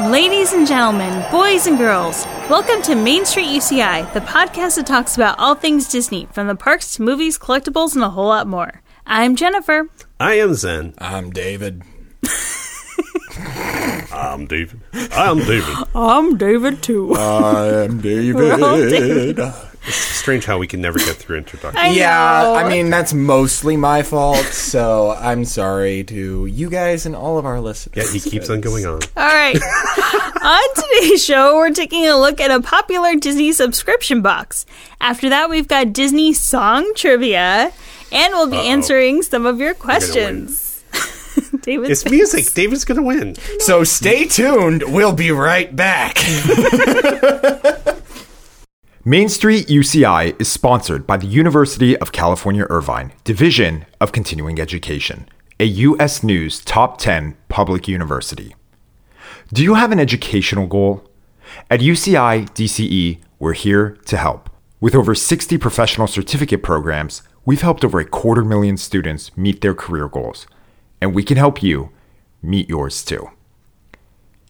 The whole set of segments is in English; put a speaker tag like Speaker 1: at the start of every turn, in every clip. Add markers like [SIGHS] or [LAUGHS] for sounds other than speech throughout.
Speaker 1: and gentlemen, boys and girls, welcome to Main Street UCI, the podcast that talks about all things Disney, from the parks to movies, collectibles, and a whole lot more. I'm Jennifer.
Speaker 2: I am Zen.
Speaker 3: I'm David.
Speaker 2: I'm David. [LAUGHS] I'm David.
Speaker 1: I'm David too.
Speaker 3: I am
Speaker 1: [LAUGHS] all
Speaker 3: David.
Speaker 2: Strange how we can never get through introduction.
Speaker 1: I
Speaker 3: yeah,
Speaker 1: know.
Speaker 3: I mean that's mostly my fault, so I'm sorry to you guys and all of our listeners.
Speaker 2: Yet he keeps on
Speaker 1: [LAUGHS]
Speaker 2: going on.
Speaker 1: All right. on today's show, we're taking a look at a popular Disney subscription box. After that, we've got Disney song trivia, and we'll be answering some of your questions. [LAUGHS] David,
Speaker 2: It's music. David's gonna win.
Speaker 3: So stay tuned. We'll be right back. [LAUGHS]
Speaker 4: Main Street UCI is sponsored by the University of California Irvine, Division of Continuing Education, a U.S. News Top 10 public university. Do you have an educational goal? At UCI DCE, E, we're here to help. With over 60 professional certificate programs, we've helped over a quarter million students meet their career goals, and we can help you meet yours too.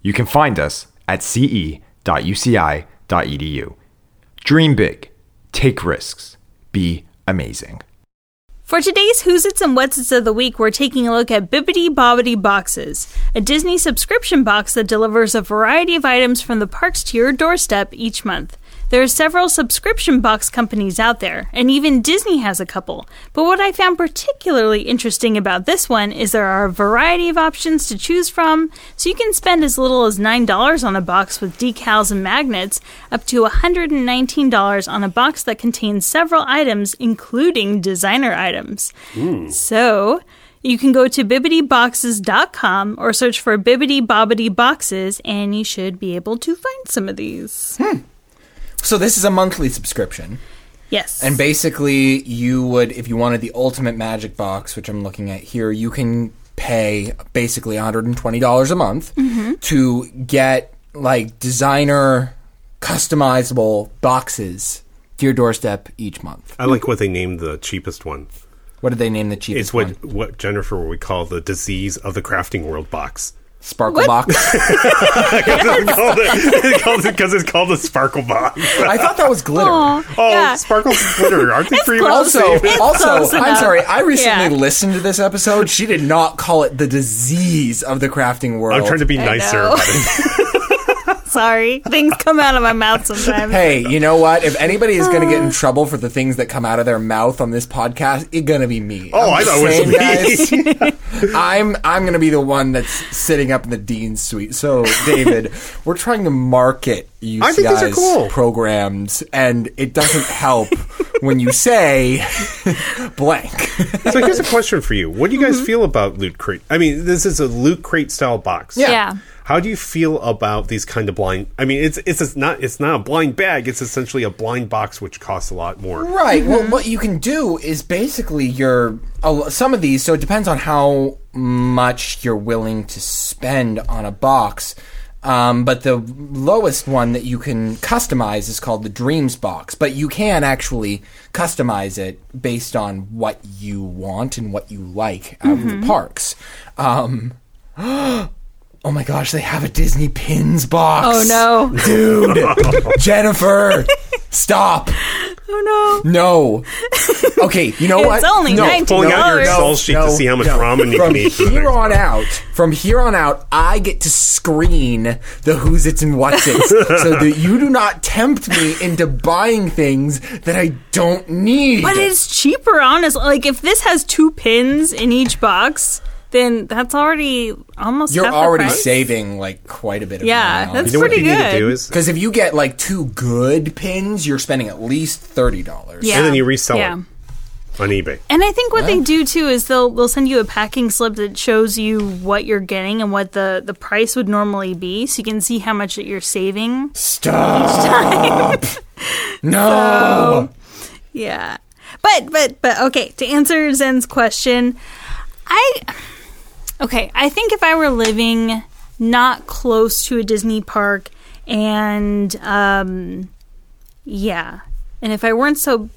Speaker 4: You can find us at ce.uci.edu. Dream big, take risks, be amazing.
Speaker 1: For today's Who's It's and What's It's of the Week, we're taking a look at Bibbidi Bobbidi Boxes, a Disney subscription box that delivers a variety of items from the parks to your doorstep each month. There are several subscription box companies out there, and even Disney has a couple. But what I found particularly interesting about this one is there are a variety of options to choose from, so you can spend as little as $9 on a box with decals and magnets, up to $119 on a box that contains several items, including designer items.
Speaker 3: Hmm.
Speaker 1: So you can go to bibbityboxes.com or search for Bibbidi Bobbidi Boxes, and you should be able to find some of these.
Speaker 3: So this is a monthly subscription.
Speaker 1: Yes.
Speaker 3: And basically, you would, if you wanted the ultimate magic box, which I'm looking at here, you can pay basically $120 a month to get like designer customizable boxes to your doorstep each month.
Speaker 2: I like what they named the cheapest one.
Speaker 3: What did they name the cheapest
Speaker 2: It's what
Speaker 3: one?
Speaker 2: what Jennifer would call the disease of the crafting world
Speaker 1: [LAUGHS]
Speaker 2: box. [LAUGHS]
Speaker 3: Sparkle box.
Speaker 2: Because it's called a sparkle box.
Speaker 3: I thought that was glitter.
Speaker 1: Aw,
Speaker 2: Oh,
Speaker 1: yeah.
Speaker 2: sparkles and glitter aren't they pretty much the
Speaker 3: Also,
Speaker 2: same?
Speaker 1: close
Speaker 3: also, I'm
Speaker 1: enough.
Speaker 3: sorry. I recently
Speaker 1: Yeah.
Speaker 3: listened to this episode. She did not call it the disease of the crafting world.
Speaker 2: I'm trying to be nicer.
Speaker 1: know.
Speaker 2: About
Speaker 1: [LAUGHS]
Speaker 2: it.
Speaker 1: Sorry, things come out of my mouth sometimes.
Speaker 3: Oh. Hey, you know what? If anybody is going to get in trouble for the things that come out of their mouth on this podcast, it's going to be me.
Speaker 2: Oh,
Speaker 3: I'm
Speaker 2: I
Speaker 3: just
Speaker 2: thought it was
Speaker 3: saying,
Speaker 2: [LAUGHS]
Speaker 3: guys, [LAUGHS] I'm I'm going to be the one that's sitting up in the dean's suite. So,
Speaker 2: [LAUGHS]
Speaker 3: David, we're trying to market
Speaker 2: I think these are
Speaker 3: UCI's
Speaker 2: cool.
Speaker 3: programs, and it doesn't help when
Speaker 2: [LAUGHS]
Speaker 3: you say [LAUGHS] blank.
Speaker 2: So here's a question for you. What do you guys
Speaker 1: Mm-hmm.
Speaker 2: feel about loot crate? I mean, this is a loot crate style box.
Speaker 3: Yeah.
Speaker 1: Yeah.
Speaker 2: How do you feel about these kind of blind? I mean, it's it's a, not it's not a blind bag. It's essentially a blind box, which costs a lot more.
Speaker 3: Right.
Speaker 1: Mm-hmm.
Speaker 3: Well, what you can do is basically your a lo- some of these. So it depends on how much you're willing to spend on a box. Um, but the lowest one that you can customize is called the Dreams Box. But you can actually customize it based on what you want and what you like out of
Speaker 1: Mm-hmm.
Speaker 3: the parks. Um, [GASPS] oh my gosh, they have a Disney Pins box.
Speaker 1: Oh no.
Speaker 3: Dude, Jennifer,
Speaker 1: [LAUGHS]
Speaker 3: stop.
Speaker 1: Oh no.
Speaker 3: No. Okay, you know
Speaker 1: [LAUGHS] It's
Speaker 3: what?
Speaker 1: only
Speaker 3: no,
Speaker 1: $19.
Speaker 2: Pulling out your
Speaker 1: No,
Speaker 2: Excel sheet to see how much ramen you
Speaker 3: from
Speaker 2: can eat. for the
Speaker 3: here
Speaker 2: next
Speaker 3: on
Speaker 2: month.
Speaker 3: out, from here on out, I get to screen the who's it's and
Speaker 2: [LAUGHS]
Speaker 3: what's it's, so that you do not tempt me into buying things that I don't need.
Speaker 1: But it's cheaper, honestly. Like, if this has two pins in each box, then that's already almost
Speaker 3: You're
Speaker 1: half the
Speaker 3: already
Speaker 1: price.
Speaker 3: saving like quite a bit of
Speaker 1: Yeah,
Speaker 3: money.
Speaker 1: that's
Speaker 2: You know what
Speaker 1: pretty
Speaker 2: you need to
Speaker 1: good.
Speaker 2: do is,
Speaker 3: Because if you get like two good pins, you're spending at least thirty dollars.
Speaker 1: Yeah.
Speaker 2: and then you resell
Speaker 1: Yeah.
Speaker 2: it on eBay.
Speaker 1: And I think what they do too is they'll they'll send you a packing slip that shows you what you're getting and what the, the price would normally be, so you can see how much that you're saving.
Speaker 3: Stop. no.
Speaker 1: Yeah, but but but okay. To answer Zen's question, I okay. I think if I were living not close to a Disney park, and um, yeah, and if I weren't so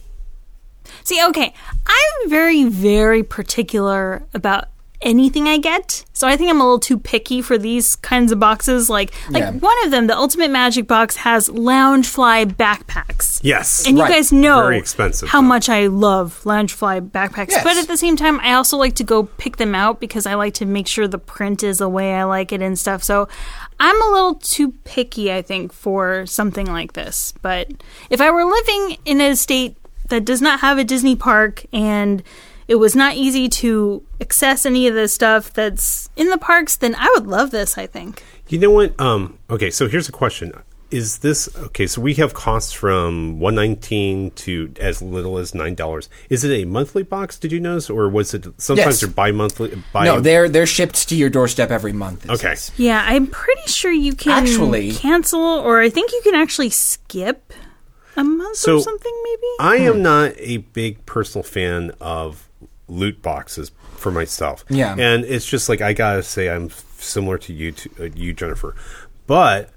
Speaker 1: See, okay, I'm very, very particular about anything I get. So I think I'm a little too picky for these kinds of boxes. Like like
Speaker 3: Yeah.
Speaker 1: one of them, the Ultimate Magic box has Loungefly backpacks.
Speaker 2: Yes.
Speaker 1: And
Speaker 3: Right.
Speaker 1: you guys know
Speaker 2: Very expensive,
Speaker 1: how
Speaker 2: though.
Speaker 1: much I love Loungefly backpacks.
Speaker 3: Yes.
Speaker 1: But at the same time, I also like to go pick them out because I like to make sure the print is the way I like it and stuff. So I'm a little too picky, I think, for something like this. But if I were living in a state that does not have a Disney park and it was not easy to access any of the stuff that's in the parks, then I would love this, I think.
Speaker 2: You know what? Um, okay, so here's a question. Is this okay? So we have costs from one nineteen to as little as nine dollars. Is it a monthly box? Did you notice, or was it sometimes
Speaker 3: Yes.
Speaker 2: they're bi-monthly? Bi-
Speaker 3: No, they're they're shipped to your doorstep every month. it
Speaker 2: Okay.
Speaker 3: says.
Speaker 1: Yeah, I'm pretty sure you can
Speaker 3: Actually-
Speaker 1: cancel, or I think you can actually skip a month or
Speaker 2: So-
Speaker 1: something, maybe.
Speaker 2: I am not a big personal fan of loot boxes for myself.
Speaker 3: Yeah.
Speaker 2: and it's just like I gotta say I'm similar to you, to, uh, you Jennifer, but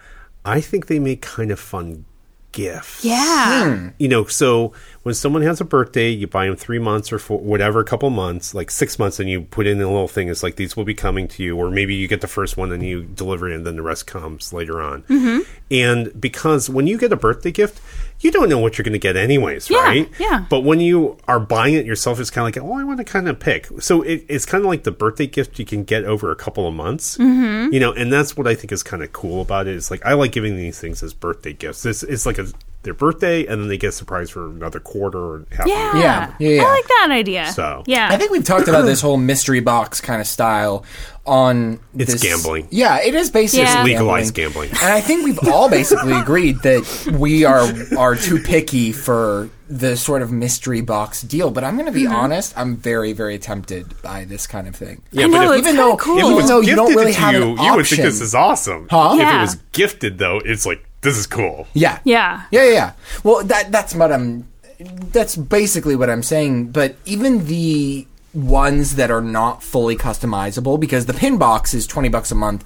Speaker 2: I think they make kind of fun gifts.
Speaker 1: Yeah,
Speaker 2: [CLEARS THROAT] you know, so when someone has a birthday, you buy them three months or four, whatever, a couple months, like six months, and you put in a little thing. It's like these will be coming to you, or maybe you get the first one and you deliver it, and then the rest comes later on.
Speaker 1: Mm-hmm.
Speaker 2: And because when you get a birthday gift, you don't know what you're going to get, anyways,
Speaker 1: Yeah,
Speaker 2: right?
Speaker 1: yeah.
Speaker 2: But when you are buying it yourself, it's kind of like, oh, I want to kind of pick. So it, it's kind of like the birthday gift you can get over a couple of months,
Speaker 1: Mm-hmm.
Speaker 2: you know. And that's what I think is kind of cool about it. Is like I like giving these things as birthday gifts. This it's like a their birthday, and then they get a surprise for another quarter or half. a year.
Speaker 1: yeah,
Speaker 3: Yeah, yeah, yeah.
Speaker 1: I like that idea.
Speaker 2: So-
Speaker 1: yeah,
Speaker 3: I think we've talked about
Speaker 2: [CLEARS THROAT]
Speaker 3: this whole mystery box kind of style on
Speaker 2: It's
Speaker 3: this-
Speaker 2: gambling.
Speaker 3: Yeah, it is basically
Speaker 1: It's
Speaker 2: legalized gambling.
Speaker 3: And I think we've all basically agreed that we are are too picky for the sort of mystery box deal. But I'm going to be honest; I'm very, very tempted by this kind of thing.
Speaker 1: I
Speaker 2: but
Speaker 1: know,
Speaker 2: if-
Speaker 1: it's
Speaker 3: even
Speaker 1: kinda
Speaker 3: though-
Speaker 1: cool.
Speaker 3: even though
Speaker 2: Gifted
Speaker 3: you don't
Speaker 2: it
Speaker 3: really
Speaker 2: to
Speaker 3: have an
Speaker 2: you, you would think
Speaker 3: option.
Speaker 2: this is awesome.
Speaker 3: Huh?
Speaker 2: If
Speaker 1: Yeah.
Speaker 2: it was gifted, though, it's like this is cool.
Speaker 3: Yeah.
Speaker 1: Yeah.
Speaker 3: Yeah, yeah, yeah. Well, that that's what I'm. That's basically what I'm saying. But even the ones that are not fully customizable, because the pin box is twenty bucks a month,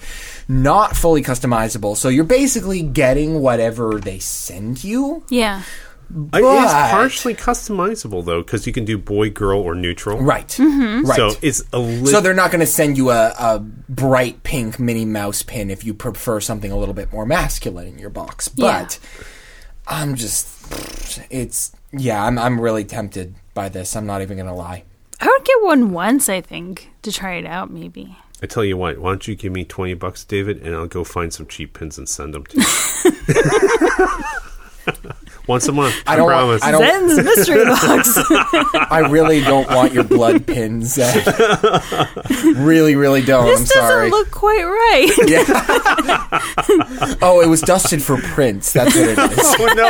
Speaker 3: not fully customizable. So you're basically getting whatever they send you.
Speaker 1: yeah.
Speaker 2: It is
Speaker 3: But-
Speaker 2: partially customizable though, because you can do boy, girl, or neutral.
Speaker 3: Right. Right.
Speaker 2: So it's a little.
Speaker 3: So they're not going to send you a, a bright pink Minnie Mouse pin if you prefer something a little bit more masculine in your box.
Speaker 1: Yeah.
Speaker 3: But I'm just, it's yeah, I'm I'm really tempted by this. I'm not even going to lie.
Speaker 1: I would get one once, I think, to try it out, maybe.
Speaker 2: I tell you what, why don't you give me 20 bucks, David, and I'll go find some cheap pins and send them to you.
Speaker 3: [LAUGHS]
Speaker 2: Once a month, I,
Speaker 3: don't want-
Speaker 2: promise.
Speaker 3: I don't-
Speaker 1: Zen's
Speaker 3: [LAUGHS]
Speaker 1: mystery
Speaker 3: Oh,
Speaker 1: box. [LAUGHS]
Speaker 3: I really don't want your blood pins. Zach. really, really don't. I'm
Speaker 1: this
Speaker 3: sorry.
Speaker 1: doesn't look quite right.
Speaker 3: oh, it was dusted for prints. That's what it
Speaker 2: [LAUGHS]
Speaker 3: is.
Speaker 1: [LAUGHS]
Speaker 2: oh, no.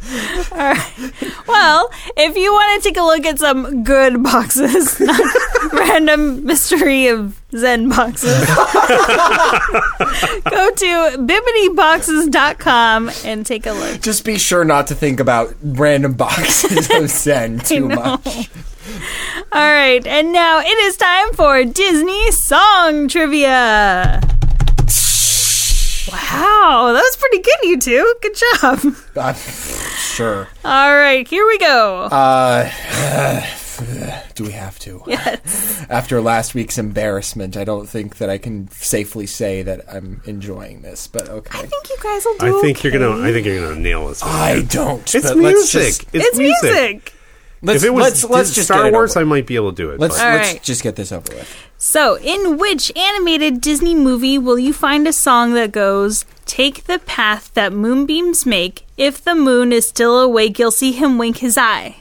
Speaker 2: That's
Speaker 3: Uh,
Speaker 2: terrible.
Speaker 1: well, if you want to take a look at some good boxes, [LAUGHS] not random mystery of Zen boxes, go to bibbityboxes.com and take a look.
Speaker 3: Just be sure not to think about random boxes of Zen
Speaker 1: [LAUGHS]
Speaker 3: too
Speaker 1: know.
Speaker 3: much.
Speaker 1: All right, and now it is time for Disney song trivia. Wow, that was pretty good, you two. Good job. [LAUGHS]
Speaker 3: Uh, sure.
Speaker 1: All right, here we go.
Speaker 3: Uh, [SIGHS] Do we have to?
Speaker 1: yes.
Speaker 3: [SIGHS] after last week's embarrassment, I don't think that I can safely say that I'm enjoying this. But okay,
Speaker 1: I think you guys will do
Speaker 2: I think you're
Speaker 1: okay.
Speaker 2: gonna. I think you're gonna nail this. one.
Speaker 3: I don't.
Speaker 2: It's
Speaker 3: but Let's
Speaker 2: music.
Speaker 3: just,
Speaker 1: It's music.
Speaker 3: let's,
Speaker 2: If it was
Speaker 3: let's, let's just get
Speaker 2: Star
Speaker 3: it
Speaker 2: Wars,
Speaker 3: Over.
Speaker 2: I might be able to do it.
Speaker 3: Let's
Speaker 2: but-
Speaker 1: All
Speaker 3: let's
Speaker 1: right.
Speaker 3: just get this over with.
Speaker 1: So, in which animated Disney movie will you find a song that goes, Take the path that moonbeams make. If the moon is still awake, you'll see him wink his eye.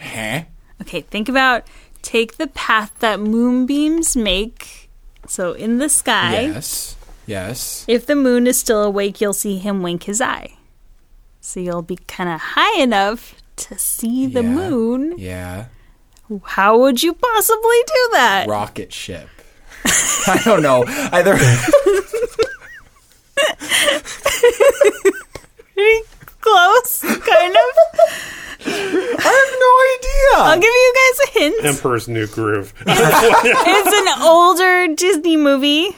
Speaker 3: Huh?
Speaker 1: Okay, think about take the path that moonbeams make. So in the sky,
Speaker 3: Yes. Yes.
Speaker 1: if the moon is still awake, you'll see him wink his eye. So you'll be kind of high enough to see the
Speaker 3: Yeah.
Speaker 1: moon.
Speaker 3: Yeah.
Speaker 1: How would you possibly do that?
Speaker 3: Rocket ship. [LAUGHS] I don't know. Either. [LAUGHS]
Speaker 1: Pretty close, kind of.
Speaker 3: I have no
Speaker 1: I'll
Speaker 3: idea.
Speaker 1: give you guys a hint.
Speaker 2: Emperor's New Groove.
Speaker 1: [LAUGHS] It's an older Disney movie.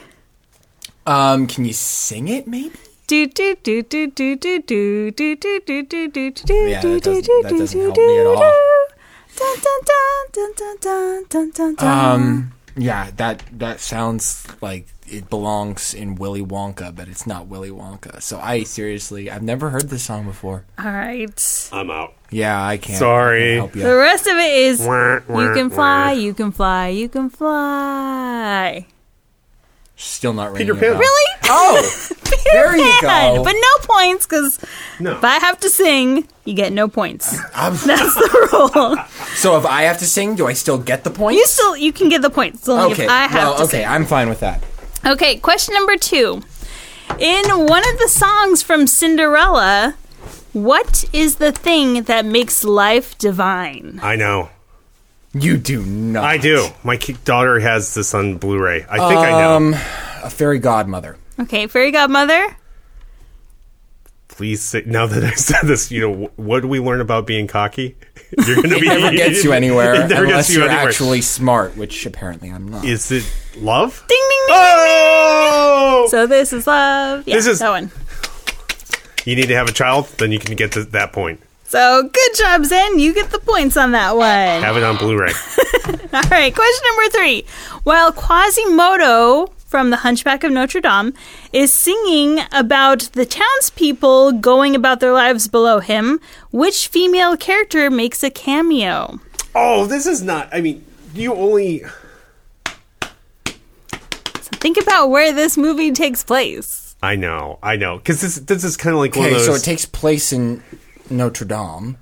Speaker 3: Um, can you sing it? Maybe.
Speaker 1: Do do do do do do do do do do do do do do
Speaker 3: Yeah, that doesn't- that doesn't help me at all.
Speaker 1: Dun, dun, dun, dun, dun, dun, dun, dun.
Speaker 3: Um, yeah, that that sounds like it belongs in Willy Wonka, but it's not Willy Wonka. So I seriously, I've never heard this song before.
Speaker 1: All right.
Speaker 2: [LAUGHS] I'm out.
Speaker 3: Yeah, I can't.
Speaker 2: Sorry.
Speaker 3: I can't help
Speaker 1: The
Speaker 3: you.
Speaker 1: rest of it is
Speaker 2: Wah, wah,
Speaker 1: you can fly,
Speaker 2: wah.
Speaker 1: you can fly, you can fly.
Speaker 3: Still not
Speaker 2: Peter
Speaker 3: ringing a
Speaker 2: Pan.
Speaker 3: bell.
Speaker 1: Really?
Speaker 3: Oh,
Speaker 1: Peter
Speaker 3: There you
Speaker 1: Pan,
Speaker 3: go.
Speaker 1: But no points because
Speaker 2: No.
Speaker 1: if I have to sing, you get no points. That's the [LAUGHS] rule.
Speaker 3: so if I have to sing, do I still get the point?
Speaker 1: You still you can get the points. it's Only
Speaker 3: okay.
Speaker 1: if I have
Speaker 3: well,
Speaker 1: to
Speaker 3: okay,
Speaker 1: sing.
Speaker 3: I'm fine with that.
Speaker 1: Okay, question number two. In one of the songs from Cinderella, what is the thing that makes life divine?
Speaker 2: I know.
Speaker 3: You do not.
Speaker 2: I do. My ki- daughter has this on Blu-ray. I think I
Speaker 3: Um,
Speaker 2: know.
Speaker 3: A fairy godmother.
Speaker 1: Okay, fairy godmother.
Speaker 2: Please say now that I said this, you know wh- what do we learn about being cocky? [LAUGHS] You're going to be
Speaker 3: Never gets you anywhere
Speaker 2: [LAUGHS] It never
Speaker 3: unless
Speaker 2: gets you
Speaker 3: you're
Speaker 2: anywhere.
Speaker 3: actually smart, which apparently I'm not.
Speaker 2: Is it love?
Speaker 3: [LAUGHS]
Speaker 1: Ding ding ding.
Speaker 2: Oh!
Speaker 1: So this is love. Yeah,
Speaker 2: This is-
Speaker 1: that one.
Speaker 2: You need to have a child, then you can get to that point.
Speaker 1: So good job, Zen. You get the points on that one.
Speaker 2: Have it on
Speaker 3: [GASPS]
Speaker 2: Blu-ray.
Speaker 1: All right, question number three. While Quasimodo from The Hunchback of Notre Dame is singing about the townspeople going about their lives below him, which female character makes a cameo?
Speaker 2: oh, this is not. I mean, you only.
Speaker 1: So think about where this movie takes place.
Speaker 2: I know. I know. Because this this is kind of like one
Speaker 3: okay,
Speaker 2: of those.
Speaker 3: so it takes place in Notre Dame,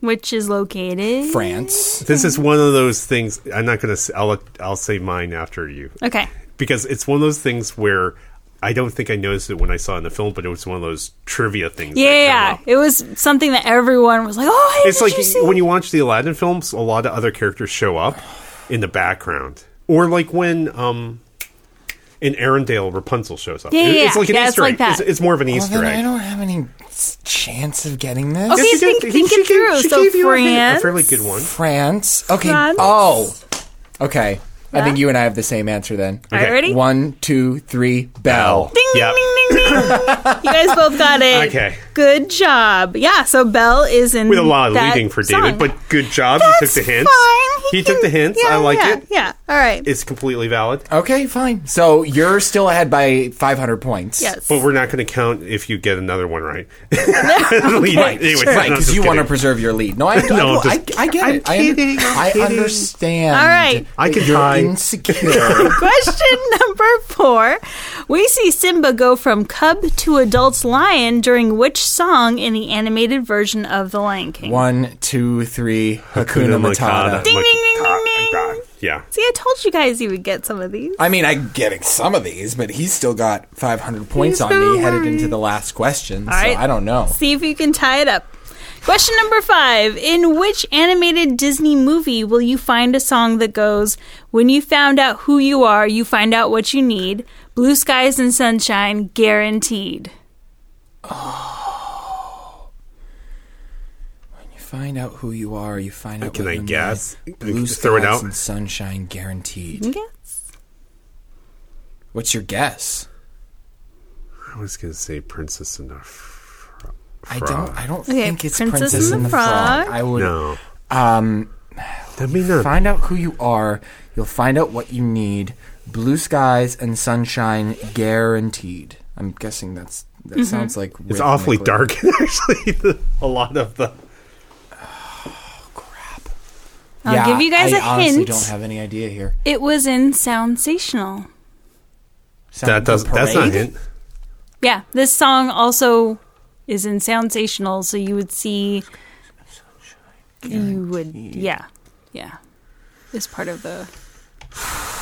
Speaker 1: Which is located.
Speaker 3: France.
Speaker 2: this is one of those things. I'm not going to. I'll I'll say mine after you.
Speaker 1: Okay.
Speaker 2: because it's one of those things where I don't think I noticed it when I saw it in the film, but it was one of those trivia things. that
Speaker 1: Yeah,
Speaker 2: come
Speaker 1: yeah,
Speaker 2: up.
Speaker 1: yeah. It was something that everyone was like, oh, I
Speaker 2: It's like when you watch the Aladdin films, a lot of other characters show up in the background, or like when um, in Arendelle, Rapunzel shows up.
Speaker 1: Yeah, yeah,
Speaker 2: it's like an
Speaker 1: yeah, it's
Speaker 2: Easter
Speaker 1: like
Speaker 2: egg.
Speaker 1: that.
Speaker 2: It's, it's more of an
Speaker 3: Well,
Speaker 2: Easter
Speaker 3: then I
Speaker 2: egg.
Speaker 3: don't have any s- chance of getting this.
Speaker 1: Okay,
Speaker 2: Yes, she
Speaker 1: think,
Speaker 2: did.
Speaker 1: think
Speaker 2: She
Speaker 1: it
Speaker 2: gave-
Speaker 1: through.
Speaker 2: she
Speaker 1: So
Speaker 2: gave you a hint,
Speaker 1: France.
Speaker 2: a fairly good one.
Speaker 3: France. Okay.
Speaker 1: France.
Speaker 3: Oh. Okay. I think
Speaker 1: Yeah.
Speaker 3: you and I have the same answer then.
Speaker 1: All right,
Speaker 2: Okay.
Speaker 1: ready?
Speaker 3: One, two, three, bell.
Speaker 1: Ding, ding,
Speaker 2: Yep.
Speaker 1: ding, ding, ding.
Speaker 2: [LAUGHS]
Speaker 1: you guys both got it.
Speaker 2: Okay.
Speaker 1: Good job. Yeah, so Belle is in
Speaker 2: With a lot of
Speaker 1: that
Speaker 2: leading for
Speaker 1: song.
Speaker 2: David, but good job. you
Speaker 1: That's
Speaker 2: took the hints.
Speaker 1: fine.
Speaker 2: He, took
Speaker 1: can-
Speaker 2: the hints.
Speaker 1: yeah,
Speaker 2: I like
Speaker 1: yeah,
Speaker 2: it.
Speaker 1: Yeah. All right.
Speaker 2: It's completely valid.
Speaker 3: Okay, fine. So you're still ahead by 500 points.
Speaker 1: yes.
Speaker 2: But we're not going to count if you get another
Speaker 1: [LAUGHS]
Speaker 2: one right. [LAUGHS] right,
Speaker 3: Right, because you want to preserve your lead. No, I,
Speaker 2: [LAUGHS] No,
Speaker 3: I, I,
Speaker 2: I'm just-
Speaker 3: I get
Speaker 2: I'm
Speaker 3: it. I under-
Speaker 2: kidding, I'm
Speaker 3: I,
Speaker 2: kidding.
Speaker 3: understand.
Speaker 1: All right.
Speaker 2: I can
Speaker 3: you're
Speaker 2: tie. [LAUGHS]
Speaker 3: insecure.
Speaker 1: Question number four. We see Simba go from cub to adult lion during which song in the animated version of The Lion King?
Speaker 3: One, two, three. Hakuna Matata.
Speaker 1: Ding, ding, ding, ding, ding.
Speaker 2: Yeah.
Speaker 1: See, I told you guys you would get some of these.
Speaker 3: I mean, I'm getting some of these, but he's still got 500 points on me headed into the last question. so
Speaker 1: right.
Speaker 3: I don't know.
Speaker 1: See if you can tie it up. Question number five. In which animated Disney movie will you find a song that goes, When you found out who you are, you find out what you need? Blue skies and sunshine guaranteed.
Speaker 3: You find out who you are. You find out.
Speaker 2: Can
Speaker 3: what
Speaker 2: I
Speaker 3: you
Speaker 2: guess?
Speaker 3: need.
Speaker 2: Can I
Speaker 3: Blue
Speaker 2: just throw it
Speaker 3: skies
Speaker 2: out?
Speaker 3: and sunshine
Speaker 1: Hmm?
Speaker 3: guaranteed.
Speaker 1: Yes.
Speaker 3: What's your guess?
Speaker 2: I was going to say Princess and the Fro-
Speaker 3: I
Speaker 2: Frog.
Speaker 3: don't. I don't
Speaker 1: Okay,
Speaker 3: think it's
Speaker 1: Princess
Speaker 3: Princess,
Speaker 1: and
Speaker 3: and
Speaker 1: the
Speaker 3: the Frog.
Speaker 1: Frog.
Speaker 3: I would
Speaker 2: No.
Speaker 3: um,
Speaker 2: That may not.
Speaker 3: find out who you are. You'll find out what you need. Blue skies and sunshine guaranteed. I'm guessing that's that
Speaker 1: Mm-hmm.
Speaker 3: sounds like
Speaker 2: It's awfully
Speaker 3: rhythmically-
Speaker 2: dark, [LAUGHS] actually, the, a lot of the.
Speaker 1: I'll
Speaker 3: Yeah,
Speaker 1: give you guys
Speaker 3: I
Speaker 1: a
Speaker 3: honestly
Speaker 1: hint.
Speaker 3: don't have any idea here.
Speaker 1: It was in Sensational.
Speaker 3: Sound
Speaker 2: That
Speaker 3: of
Speaker 2: does,
Speaker 3: the
Speaker 2: that's not a
Speaker 3: Parade?
Speaker 2: hint.
Speaker 1: Yeah, this song also is in Sensational, so you would see. You would, yeah, yeah, is part of the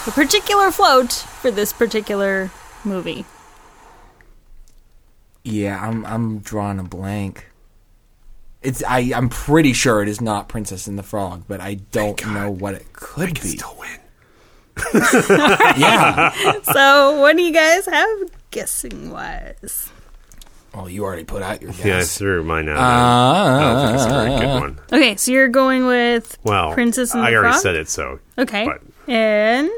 Speaker 1: the particular float for this particular movie.
Speaker 2: [LAUGHS]
Speaker 3: Yeah, I'm I'm drawing a blank. It's I I'm pretty sure it is not Princess and the Frog, but I don't know what it could be.
Speaker 2: win.
Speaker 3: yeah.
Speaker 1: So, what do you guys have guessing wise?
Speaker 3: Well, you already put out your guess. Ah.
Speaker 2: Yeah, I Oh, threw mine out. I don't think it's a very
Speaker 3: Uh,
Speaker 2: good one.
Speaker 1: Okay, so you're going with
Speaker 2: Well,
Speaker 1: Princess and
Speaker 2: I
Speaker 1: the
Speaker 2: already
Speaker 1: Frog?
Speaker 2: said it, so.
Speaker 1: okay,
Speaker 2: but-
Speaker 1: and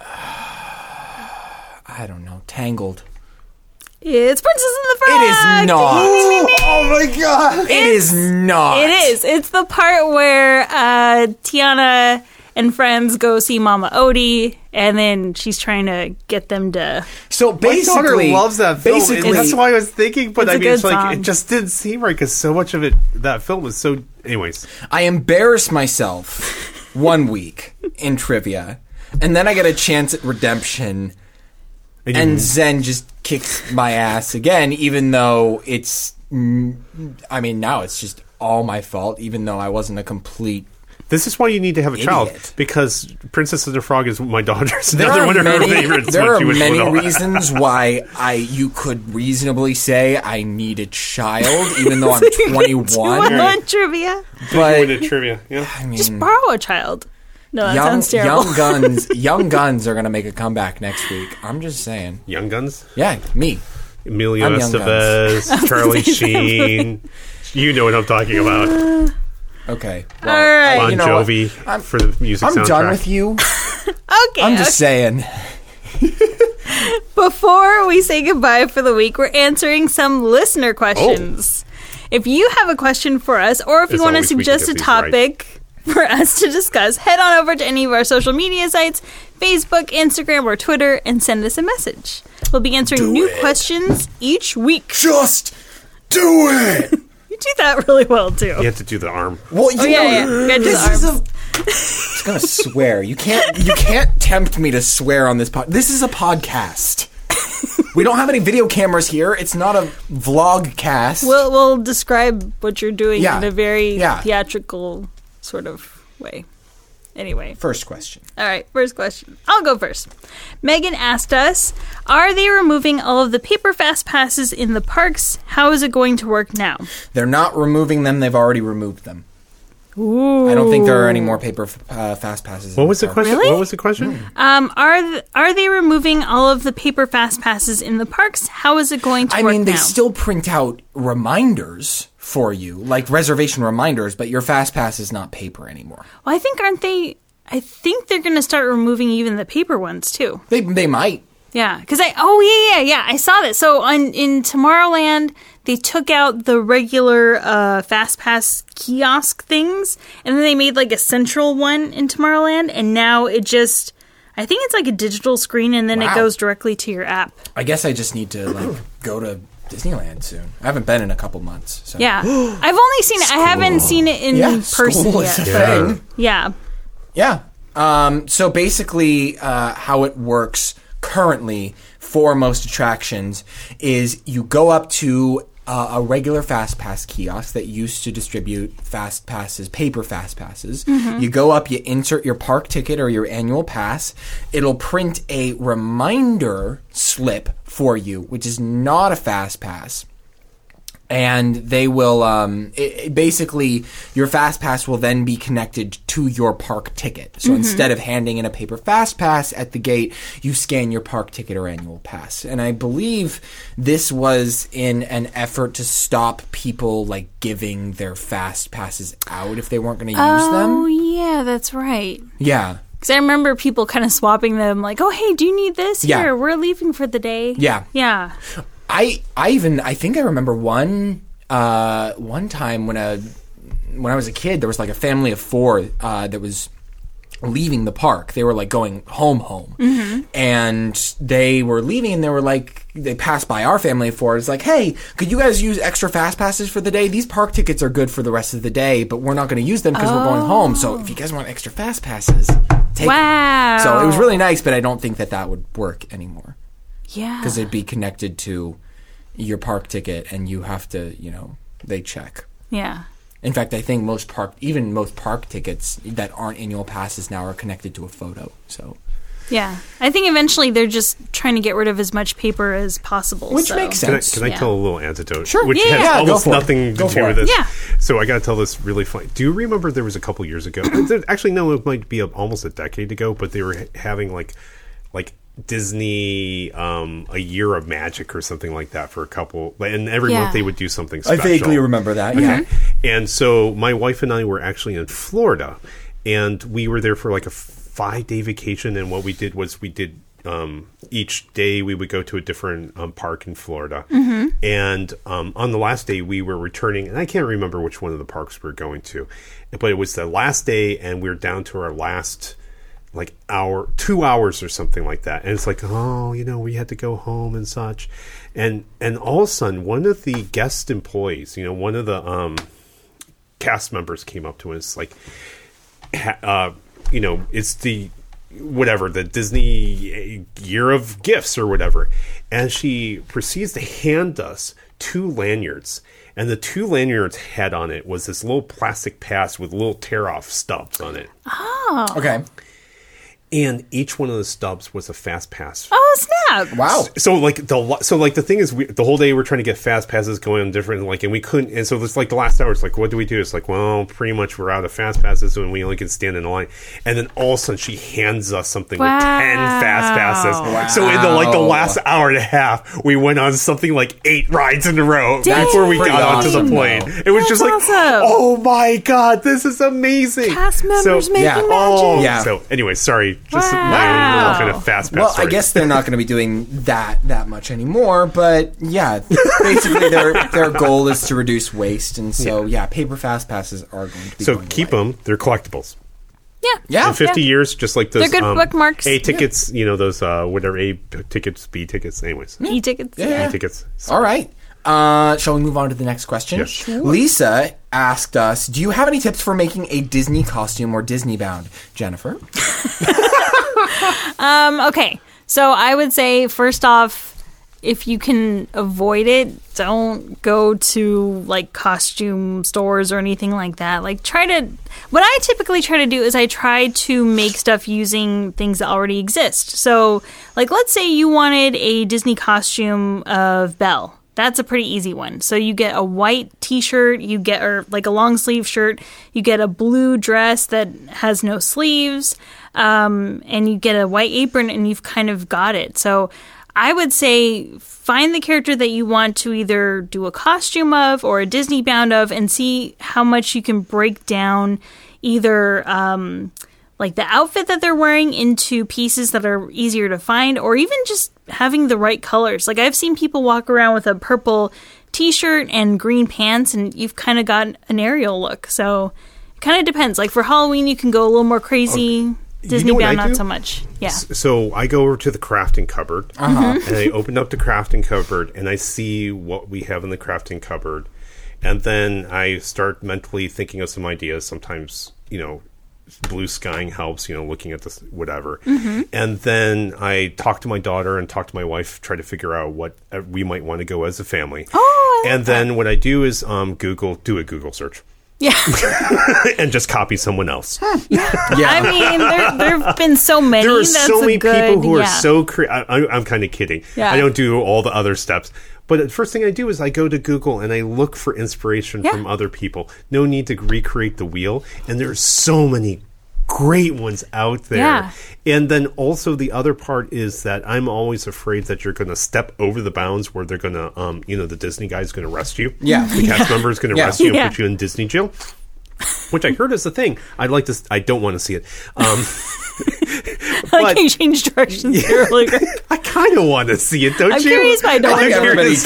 Speaker 3: I don't know. Tangled.
Speaker 1: it's Princess and the
Speaker 3: It
Speaker 1: Frog.
Speaker 3: is not.
Speaker 2: Oh,
Speaker 3: my god! It is not.
Speaker 1: It is. It's the part where uh, Tiana and friends go see Mama Odie, and then she's trying to get them to.
Speaker 3: So
Speaker 2: My daughter
Speaker 3: basically,
Speaker 2: loves that film. and
Speaker 3: Basically,
Speaker 2: that's why I was thinking, but
Speaker 1: It's
Speaker 2: I
Speaker 1: a
Speaker 2: mean, it's
Speaker 1: good
Speaker 2: like
Speaker 1: song.
Speaker 2: it just didn't seem right because so much of it that film was so. Anyways,
Speaker 3: I embarrass myself one week in trivia, and then I get a chance at redemption,
Speaker 2: and, you-
Speaker 3: and Zen just kicks my ass again, even though it's. mm, I mean, now it's just all my fault, even though I wasn't a complete.
Speaker 2: this is why you need to have a
Speaker 3: Idiot.
Speaker 2: child because Princess of the Frog is my daughter's
Speaker 3: There
Speaker 2: another
Speaker 3: are
Speaker 2: one of
Speaker 3: many,
Speaker 2: her favorites.
Speaker 3: there
Speaker 2: when
Speaker 3: are
Speaker 2: she was
Speaker 3: many
Speaker 2: little.
Speaker 3: reasons why I you could reasonably say I need a child,
Speaker 1: [LAUGHS]
Speaker 3: even though I'm
Speaker 1: Do you
Speaker 3: 21.
Speaker 1: want Trivia.
Speaker 3: But
Speaker 2: Winning trivia.
Speaker 3: [SIGHS]
Speaker 2: Yeah.
Speaker 1: Just borrow a child. No, that
Speaker 3: Hmm. young,
Speaker 1: sounds terrible.
Speaker 3: young guns, young guns are going to make a comeback next week. I'm just saying.
Speaker 2: Young Guns,
Speaker 3: Yeah, me.
Speaker 2: Emilio
Speaker 3: I'm Young [LAUGHS]
Speaker 2: Estevez, Charlie Sheen. You know what I'm talking about.
Speaker 3: Okay.
Speaker 1: All right.
Speaker 2: Bon
Speaker 3: you know what?
Speaker 2: Jovi
Speaker 3: I'm-
Speaker 2: for the music
Speaker 3: I'm
Speaker 2: soundtrack.
Speaker 3: done with you.
Speaker 1: [LAUGHS] [LAUGHS] Okay.
Speaker 3: I'm just saying.
Speaker 1: Before we say goodbye for the week, we're answering some
Speaker 2: Oh.
Speaker 1: listener questions. If you have a question for us, or if you
Speaker 2: As
Speaker 1: want to
Speaker 2: always, we can
Speaker 1: suggest
Speaker 2: get
Speaker 1: a
Speaker 2: these right.
Speaker 1: topic for [LAUGHS] us to discuss, head on over to any of our social media sites Facebook, Instagram, or Twitter and send us a message. We'll be answering new questions each week. [LAUGHS]
Speaker 3: Just do it. [LAUGHS]
Speaker 1: You do that really well, too.
Speaker 2: You had to do the arm.
Speaker 3: Well, you
Speaker 1: yeah,
Speaker 3: know,
Speaker 1: Oh, yeah. You gotta do
Speaker 3: this
Speaker 1: the
Speaker 3: is a. [LAUGHS] I was gonna swear. You can't. You can't tempt me to swear on this pod. This is a podcast.
Speaker 1: [LAUGHS]
Speaker 3: We don't have any video cameras here. It's not a vlog cast.
Speaker 1: We'll, we'll describe what you're doing
Speaker 3: Yeah.
Speaker 1: in a very
Speaker 3: Yeah.
Speaker 1: theatrical sort of way. Anyway.
Speaker 3: First question.
Speaker 1: All right, first question. I'll go first. Megan asked us, "Are they removing all of the paper fast passes in the parks? How is it going to work now?"
Speaker 3: They're not removing them. They've already removed them.
Speaker 1: Ooh.
Speaker 3: I don't think there are any more paper f- uh, fast passes.
Speaker 2: What was the question?
Speaker 1: Really?
Speaker 2: What was the question?
Speaker 1: Um, are th- are they removing all of the paper fast passes in the parks? How is it going to
Speaker 3: I
Speaker 1: work
Speaker 3: mean,
Speaker 1: now?
Speaker 3: they still print out reminders for you, like reservation reminders, but your fast pass is not paper anymore.
Speaker 1: well, I think aren't they? I think they're going to start removing even the paper ones too.
Speaker 3: They they might.
Speaker 1: Yeah, because I oh yeah yeah yeah I saw that. So on in Tomorrowland they took out the regular uh, Fast Pass kiosk things, and then they made like a central one in Tomorrowland, and now it just I think it's like a digital screen, and then it
Speaker 3: Wow.
Speaker 1: goes directly to your app.
Speaker 3: I guess I just need to like go to Disneyland soon. I haven't been in a couple months. So. [GASPS]
Speaker 1: Yeah, I've only seen it. I haven't seen it in
Speaker 3: Yeah,
Speaker 1: person
Speaker 3: school is
Speaker 1: yet.
Speaker 3: a
Speaker 2: Yeah.
Speaker 3: thing.
Speaker 1: Yeah.
Speaker 3: Yeah. Um, so basically, uh, how it works currently for most attractions is you go up to uh, a regular fast pass kiosk that used to distribute fast passes, paper fast passes. You go up, you insert your park ticket or your annual pass. It'll print a reminder slip for you, which is not a fast pass and they will um, it, it basically your fast pass will then be connected to your park ticket so instead of handing in a paper fast pass at the gate you scan your park ticket or annual pass and i believe this was in an effort to stop people like giving their fast passes out if they weren't going to use
Speaker 1: Oh
Speaker 3: them
Speaker 1: yeah, that's right.
Speaker 3: yeah
Speaker 1: Because I remember people kind of swapping them, like, "Oh hey, do you need this?
Speaker 3: Yeah.
Speaker 1: Here, we're leaving for the day."
Speaker 3: Yeah.
Speaker 1: Yeah.
Speaker 3: I I even I think I remember one uh, one time when a when I was a kid there was like a family of four uh, that was leaving the park. They were like going home home, and they were leaving and they were like they passed by our family of four. It's like, hey, could you guys use extra fast passes for the day? These park tickets are good for the rest of the day, but we're not going to use them because we're going home. So if you guys want extra fast passes, take 'em."
Speaker 1: Wow.
Speaker 3: So it was really nice, but I don't think that that would work anymore
Speaker 1: Yeah.
Speaker 3: because it'd be connected to your park ticket and you have to you know they check
Speaker 1: Yeah.
Speaker 3: in fact i think most park even most park tickets that aren't annual passes now are connected to a photo so
Speaker 1: Yeah. I think eventually they're just trying to get rid of as much paper as possible.
Speaker 3: which
Speaker 1: so-
Speaker 3: makes
Speaker 2: Can I,
Speaker 3: sense
Speaker 2: can I
Speaker 1: Yeah.
Speaker 2: tell a little antidote?
Speaker 3: Sure.
Speaker 2: Which
Speaker 1: Yeah,
Speaker 2: has
Speaker 1: yeah,
Speaker 3: yeah, go
Speaker 2: almost
Speaker 3: for it.
Speaker 2: nothing to
Speaker 3: Go
Speaker 2: do
Speaker 3: for
Speaker 2: with
Speaker 3: it.
Speaker 2: this.
Speaker 1: Yeah.
Speaker 2: So I got to tell this really funny. Do you remember there was a couple years ago? there- actually, no, it might be a, almost a decade ago, but they were ha- having like, like Disney, um, a year of magic or something like that for a couple, and every
Speaker 1: Yeah.
Speaker 2: month they would do something. Special.
Speaker 3: that
Speaker 2: And so my wife and I were actually in Florida, and we were there for like a five day vacation. And what we did was we did um, each day we would go to a different um, park in Florida. And um, on the last day, we were returning, and I can't remember which one of the parks we were going to, but it was the last day, and we were down to our last like hour, two hours or something like that. And it's like, oh, you know, we had to go home and such. And and all of a sudden, one of the guest employees, you know, one of the um, cast members came up to us like ha- uh, you know it's the whatever the disney uh, year of gifts or whatever and she proceeds to hand us two lanyards and the two lanyards had on it was this little plastic pass with little tear off stubs on it
Speaker 3: Okay.
Speaker 2: and each one of the stubs was a fast pass
Speaker 1: Oh snap!
Speaker 3: Wow.
Speaker 2: so like the lo- so like the thing is we, the whole day we're trying to get fast passes going on different like and we couldn't and so it's like the last hour it's like what do we do it's like well pretty much we're out of fast passes and we only can stand in line and then all of a sudden she hands us something with 10 fast passes so in the like the
Speaker 3: Wow.
Speaker 2: last hour and a half we went on something like eight rides in a row
Speaker 1: Dang.
Speaker 2: before we got
Speaker 1: Pretty
Speaker 2: onto the
Speaker 1: awesome,
Speaker 2: plane it
Speaker 3: though.
Speaker 2: was
Speaker 1: That's
Speaker 2: just like
Speaker 1: awesome.
Speaker 2: oh my god this is amazing
Speaker 1: Cast members making
Speaker 3: Yeah. magic.
Speaker 2: oh
Speaker 3: Yeah.
Speaker 2: so anyway sorry just my own
Speaker 1: Wow.
Speaker 2: little kind of fast pass
Speaker 3: Well, I
Speaker 2: story.
Speaker 3: guess they're not going to be doing that that much anymore, but yeah, basically their their goal is to reduce waste, and so yeah, paper fast passes are going to be
Speaker 2: so
Speaker 3: going
Speaker 2: keep
Speaker 3: away.
Speaker 2: them they're collectibles
Speaker 1: Oh, Yeah.
Speaker 3: Yeah.
Speaker 2: in 50 years, just like those. um,
Speaker 1: They're good bookmarks.
Speaker 2: A tickets, you know, those, uh, whatever, A p- tickets, B tickets, anyways.
Speaker 1: E tickets.
Speaker 3: Yeah.
Speaker 2: B tickets. So-
Speaker 3: All right. Uh, shall we move on to the next question?
Speaker 2: Yes. Sure.
Speaker 3: Lisa asked us, "Do you have any tips for making a Disney costume or Disney bound?" Jennifer,
Speaker 2: [LAUGHS]
Speaker 1: Um, okay. So I would say first off, if you can avoid it, don't go to like costume stores or anything like that. Like try to what I typically try to do is I try to make stuff using things that already exist. So like let's say you wanted a Disney costume of Belle. That's a pretty easy one. So you get a white t-shirt, you get or like a long sleeve shirt, you get a blue dress that has no sleeves, um, and you get a white apron, and you've kind of got it. So I would say find the character that you want to either do a costume of or a Disney bound of, and see how much you can break down either um, like the outfit that they're wearing into pieces that are easier to find, or even just having the right colors. Like I've seen people walk around with a purple T-shirt and green pants, and you've kind of got an aerial look. So it kind of depends. Like for Halloween, you can go a little more crazy. Disney
Speaker 2: what I
Speaker 1: bound,
Speaker 2: do?
Speaker 1: not so much. Yeah.
Speaker 2: So I go over to the crafting cupboard
Speaker 1: Uh-huh.
Speaker 2: and I open up the crafting cupboard and I see what we have in the crafting cupboard. And then I start mentally thinking of some ideas. Sometimes, you know, blue skying helps, you know, looking at this, whatever.
Speaker 1: Mm-hmm.
Speaker 2: And then I talk to my daughter and talk to my wife, try to figure out what uh, we might want to go as a family.
Speaker 1: Oh, I like
Speaker 2: and then what I do is um, Google, do a Google search
Speaker 1: [LAUGHS]
Speaker 2: [LAUGHS]
Speaker 1: Yeah.
Speaker 2: and just copy someone else.
Speaker 1: I mean, there there have been so many.
Speaker 2: there are
Speaker 1: That's
Speaker 2: so
Speaker 1: a
Speaker 2: many
Speaker 1: good,
Speaker 2: people who are
Speaker 1: yeah.
Speaker 2: so cre- I, I, i'm kind of kidding
Speaker 1: Yeah.
Speaker 2: i don't do all the other steps but the first thing i do is i go to google and i look for inspiration
Speaker 1: Yeah.
Speaker 2: from other people no need to recreate the wheel and there's so many great ones out there
Speaker 1: Yeah.
Speaker 2: and then also the other part is that i'm always afraid that you're going to step over the bounds where they're going to um, you know the disney guy's going to arrest you
Speaker 3: Yeah.
Speaker 2: the cast member is going to
Speaker 3: Yeah.
Speaker 2: arrest you
Speaker 1: [LAUGHS]
Speaker 2: and
Speaker 1: Yeah.
Speaker 2: put you in disney jail which i heard is a thing i'd like to s- i don't want to see it
Speaker 1: [LAUGHS]
Speaker 2: um,
Speaker 1: [LAUGHS] like you change directions earlier.
Speaker 2: I kind of want to see it, don't
Speaker 1: I'm
Speaker 2: you?
Speaker 1: curious, but I don't
Speaker 2: I'm
Speaker 1: think
Speaker 2: curious.
Speaker 1: everybody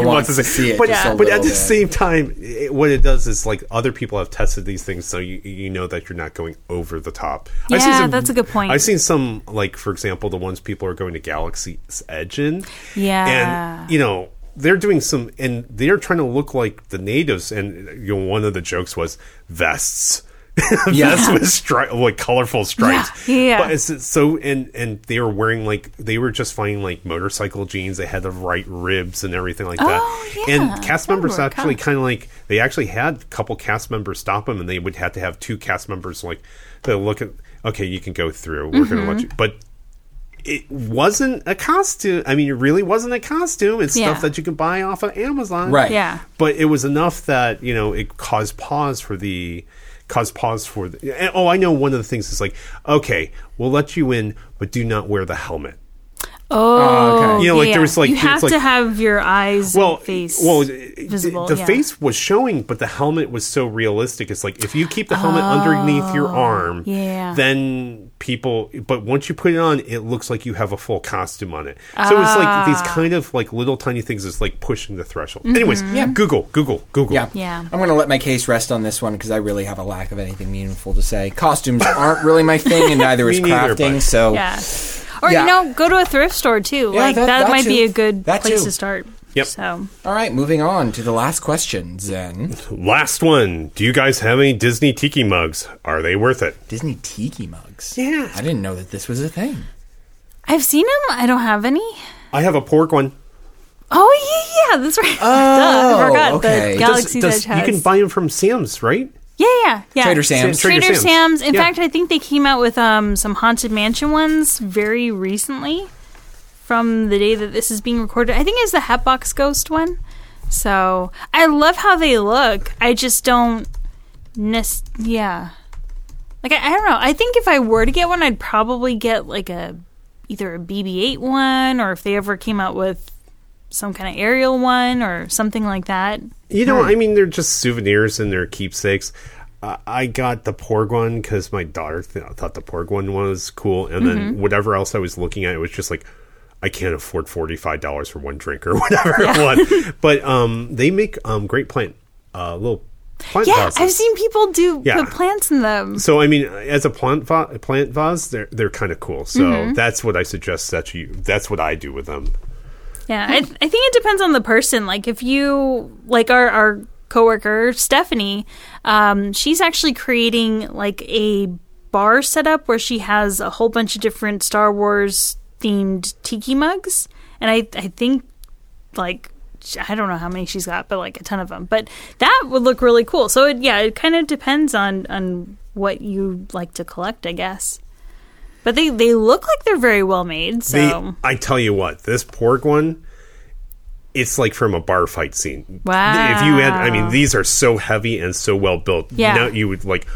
Speaker 2: Yeah.
Speaker 3: wants to see it
Speaker 2: But,
Speaker 3: just a
Speaker 2: but at
Speaker 3: little
Speaker 2: the
Speaker 3: bit.
Speaker 2: same time, it, what it does is like other people have tested these things, so you you know that you're not going over the top. I've seen
Speaker 1: Yeah,
Speaker 2: some-
Speaker 1: that's a good point.
Speaker 2: I've seen some like, for example, the ones people are going to Galaxy's Edge in.
Speaker 1: Yeah.
Speaker 2: and you know. They're doing some, and they're trying to look like the natives. And you know, one of the jokes was vests, [LAUGHS] vests with stri- like colorful stripes.
Speaker 1: Yeah.
Speaker 2: But it's- it's so and and they were wearing like they were just finding like motorcycle jeans. They had the right ribs and everything like that.
Speaker 1: Oh, yeah.
Speaker 2: And cast
Speaker 1: That
Speaker 2: members
Speaker 1: would
Speaker 2: actually
Speaker 1: count.
Speaker 2: kind of like they actually had a couple cast members stop them, and they would have to have two cast members like to look at. Okay, you can go through. We're going
Speaker 1: Mm-hmm.
Speaker 2: to let you, but. It wasn't a costume. I mean, it really wasn't a costume. It's
Speaker 1: Yeah.
Speaker 2: stuff that you can buy off of Amazon
Speaker 3: Right.
Speaker 1: Yeah.
Speaker 2: but it was enough that you know it caused pause for the caused pause for the and, oh i know one of the things is like okay we'll let you in but do not wear the helmet
Speaker 1: Oh,
Speaker 2: [LAUGHS] You know, like,
Speaker 1: yeah.
Speaker 2: there was, like,
Speaker 1: you
Speaker 2: it's
Speaker 1: have
Speaker 2: like-
Speaker 1: to have your eyes
Speaker 2: well
Speaker 1: and face
Speaker 2: well
Speaker 1: visible.
Speaker 2: the
Speaker 1: yeah.
Speaker 2: face was showing but the helmet was so realistic it's like if you keep the helmet underneath your arm
Speaker 1: Oh, yeah.
Speaker 2: then people but once you put it on it looks like you have a full costume on it so it's like these
Speaker 1: Ah.
Speaker 2: kind of like little tiny things is like pushing the threshold anyways
Speaker 1: Mm-hmm.
Speaker 2: yeah google google google
Speaker 3: Yeah.
Speaker 1: Yeah.
Speaker 3: I'm going to let my case rest on this one because I really have a lack of anything meaningful to say.
Speaker 2: [LAUGHS]
Speaker 3: Costumes aren't really my thing, and neither is
Speaker 2: Me neither,
Speaker 3: crafting.
Speaker 2: but-
Speaker 3: so,
Speaker 1: Yeah. Or
Speaker 3: Yeah.
Speaker 1: you know, go to a thrift store too.
Speaker 3: Yeah,
Speaker 1: like
Speaker 3: that-
Speaker 1: that,
Speaker 3: that
Speaker 1: might be
Speaker 3: too.
Speaker 1: a good
Speaker 3: That
Speaker 1: place
Speaker 3: too.
Speaker 1: to start.
Speaker 2: Yep.
Speaker 1: So
Speaker 3: all right, moving on to the last question,
Speaker 2: [LAUGHS]
Speaker 3: Zen.
Speaker 2: last one do you guys have any disney tiki mugs are they worth it
Speaker 3: Disney tiki mugs.
Speaker 2: Yeah.
Speaker 3: I didn't know that this was a thing.
Speaker 1: I've seen them. I don't have any.
Speaker 2: i have a pork one
Speaker 1: Oh yeah, yeah, that's right. [LAUGHS]
Speaker 3: Oh,
Speaker 1: Duh, I forgot
Speaker 3: okay.
Speaker 1: the
Speaker 3: Does-
Speaker 1: Galaxy's Edge
Speaker 2: you
Speaker 1: has.
Speaker 2: can buy them from sam's right
Speaker 1: yeah, yeah, yeah.
Speaker 3: Trader Sam's.
Speaker 1: Trader,
Speaker 2: Trader Sam's.
Speaker 1: Sam's. In
Speaker 2: Yeah.
Speaker 1: fact, I think they came out with um, some haunted mansion ones very recently. From the day that this is being recorded, I think it's the Hatbox Ghost one. So I love how they look. I just don't. Nes- yeah. Like I, I don't know. I think if I were to get one, I'd probably get like a either a BB-8 one, or if they ever came out with some kind of aerial one or something like that.
Speaker 2: You know, I mean, they're just souvenirs and they're keepsakes. I I got the porg one because my daughter th- thought the porg one was cool, and then whatever else I was looking at, it was just like I can't afford forty five dollars for one drink or [LAUGHS] whatever it was. But um, they make um great plant uh little plant
Speaker 1: Yeah,
Speaker 2: vases.
Speaker 1: I've seen people do
Speaker 2: Yeah.
Speaker 1: put plants in them.
Speaker 2: so I mean, as a plant va- plant vase, they're they're kind of cool. So that's what I suggest that you. That's what I do with them.
Speaker 1: Yeah, I, I think it depends on the person. Like if you like our our coworker Stephanie, um, she's actually creating like a bar setup where she has a whole bunch of different Star Wars themed tiki mugs, and I I think like sh- I don't know how many she's got, but like a ton of them. But that would look really cool. So it, yeah, it kind of depends on on what you like to collect, I guess. But they they look like they're very well made. So.
Speaker 2: They- I tell you what, this porg one, it's like from a bar fight scene.
Speaker 1: Wow.
Speaker 2: If you had, I mean, these are so heavy and so well built.
Speaker 1: Yeah.
Speaker 2: Now you would like,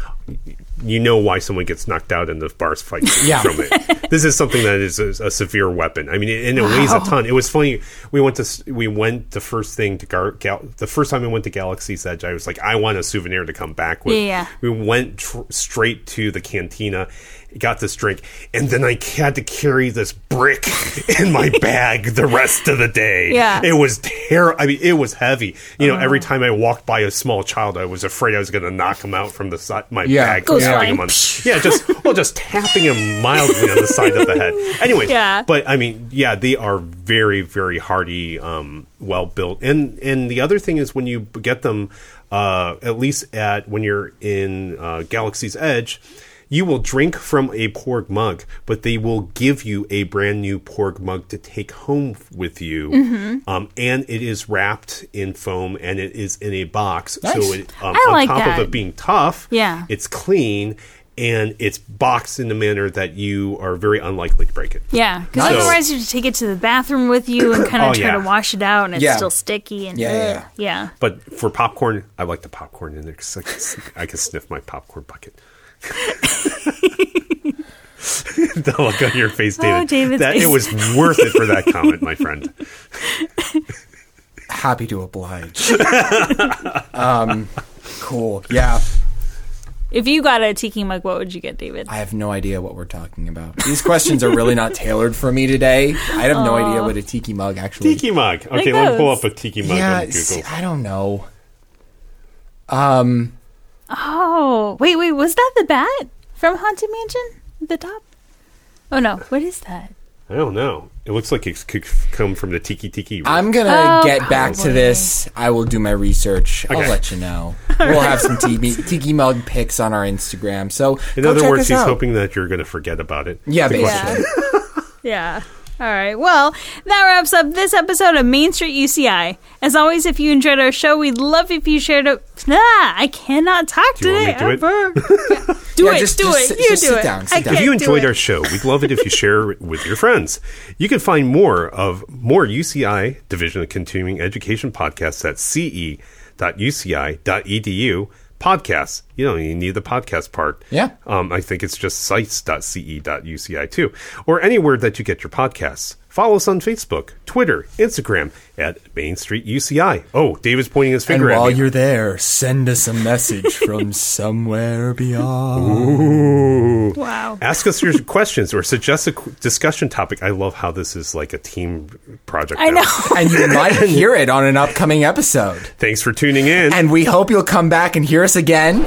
Speaker 2: you know why someone gets knocked out in the bar fight scene
Speaker 3: Yeah.
Speaker 2: from it. This is something that is a, a severe weapon. I mean, it- and it weighs a ton. It was funny. We went to s- we went the first thing to Gar, Gal, the first time we went to Galaxy's Edge. I was like, I want a souvenir to come back with.
Speaker 1: Yeah, yeah.
Speaker 2: We went tr- straight to the cantina, got this drink, and then I had to carry this brick [LAUGHS] in my bag the rest of the day.
Speaker 1: Yeah. Oh.
Speaker 2: It was terrible. I mean, it was heavy. You know, every time I walked by a small child, I was afraid I was going to knock him out from the side my
Speaker 3: Yeah.
Speaker 2: bag.
Speaker 1: Goes flying.
Speaker 2: slapping him on- yeah, just well, just tapping him mildly on the side of
Speaker 1: [LAUGHS]
Speaker 2: the head. Anyways,
Speaker 1: Yeah.
Speaker 2: But I mean, yeah, they are very, very hardy, um, well built. And and the other thing is when you get them, uh, at least at when you're in uh, Galaxy's Edge. You will drink from a Porg mug, but they will give you a brand new Porg mug to take home with you.
Speaker 1: Mm-hmm.
Speaker 2: Um, and it is wrapped in foam and it is in a box.
Speaker 3: Nice.
Speaker 2: So it, um,
Speaker 1: I
Speaker 2: on
Speaker 1: like
Speaker 2: top
Speaker 1: that.
Speaker 2: of it being tough,
Speaker 1: Yeah.
Speaker 2: it's clean and it's boxed in a manner that you are very unlikely to break it.
Speaker 1: Yeah, because
Speaker 2: Nice.
Speaker 1: otherwise you have to take it to the bathroom with you and kind of
Speaker 2: Oh,
Speaker 1: try
Speaker 2: yeah.
Speaker 1: to wash it out, and it's
Speaker 3: Yeah.
Speaker 1: still sticky. And
Speaker 3: Yeah, yeah, yeah.
Speaker 1: yeah.
Speaker 2: But for popcorn, I like the popcorn in there because I, can sn- I can sniff my popcorn bucket. [LAUGHS] the look on your face, David.
Speaker 1: David's
Speaker 2: that, It
Speaker 1: face.
Speaker 2: was worth it for that comment, my friend.
Speaker 3: Happy
Speaker 2: [LAUGHS]
Speaker 3: to oblige. um, cool. Yeah.
Speaker 1: If you got a tiki mug, what would you get, David?
Speaker 3: I have no idea what we're talking about. These questions are really not tailored for me today. I have no idea what a tiki mug actually
Speaker 2: Tiki mug. Okay, let me pull up a tiki mug
Speaker 3: Yeah,
Speaker 2: on Google.
Speaker 3: see, I don't know.
Speaker 1: oh, wait, wait, was that the bat from Haunted Mansion? at The top? Oh no, what is that?
Speaker 2: I don't know. It looks like it could come from the tiki tiki. room.
Speaker 3: I'm gonna
Speaker 1: Oh,
Speaker 3: get back to
Speaker 1: probably.
Speaker 3: this. I will do my research. I'll
Speaker 2: Okay.
Speaker 3: let you [LAUGHS] know. We'll have some tiki, tiki mug pics on our Instagram. So
Speaker 2: in
Speaker 3: go
Speaker 2: other
Speaker 3: check
Speaker 2: words,
Speaker 3: us
Speaker 2: he's
Speaker 3: out.
Speaker 2: hoping that you're going to forget about it.
Speaker 3: Yeah,
Speaker 2: The question.
Speaker 3: basically.
Speaker 1: Yeah. All right. Well, that wraps up this episode of Main Street UCI. As always, if you enjoyed our show, we'd love if you shared it. Ah, I cannot talk
Speaker 2: Do you
Speaker 1: today.
Speaker 2: want me to do
Speaker 1: ever. Yeah, do
Speaker 3: Yeah,
Speaker 1: it.
Speaker 3: just-
Speaker 1: do
Speaker 3: just
Speaker 1: it.
Speaker 3: sit-
Speaker 1: you
Speaker 3: just
Speaker 1: do
Speaker 3: sit
Speaker 1: it.
Speaker 3: down, sit
Speaker 1: I
Speaker 3: down.
Speaker 1: can't
Speaker 2: If you
Speaker 1: do
Speaker 2: enjoyed
Speaker 1: it.
Speaker 2: our show, we'd love it if you share it with your friends. You can find more of more UCI Division of Continuing Education podcasts at ce.uci.edu E podcasts. You don't even need the podcast part.
Speaker 3: Yeah.
Speaker 2: Um, I think it's just sites.ce.uci too, or anywhere that you get your podcasts. Follow us on Facebook, Twitter, Instagram at Main Street UCI. Oh, David's pointing his
Speaker 3: And
Speaker 2: finger
Speaker 3: while
Speaker 2: at me.
Speaker 3: you're there, send us a message [LAUGHS] from somewhere beyond.
Speaker 2: [LAUGHS]
Speaker 1: Wow.
Speaker 2: Ask us your questions or suggest a qu- discussion topic. I love how this is like a team project.
Speaker 1: I
Speaker 2: now.
Speaker 1: know.
Speaker 3: And you [LAUGHS] might hear it on an upcoming episode.
Speaker 2: Thanks for tuning in.
Speaker 3: And we hope you'll come back and hear us again.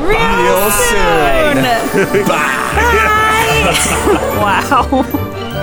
Speaker 1: Real
Speaker 3: Real
Speaker 1: soon. Bye. wow. [LAUGHS]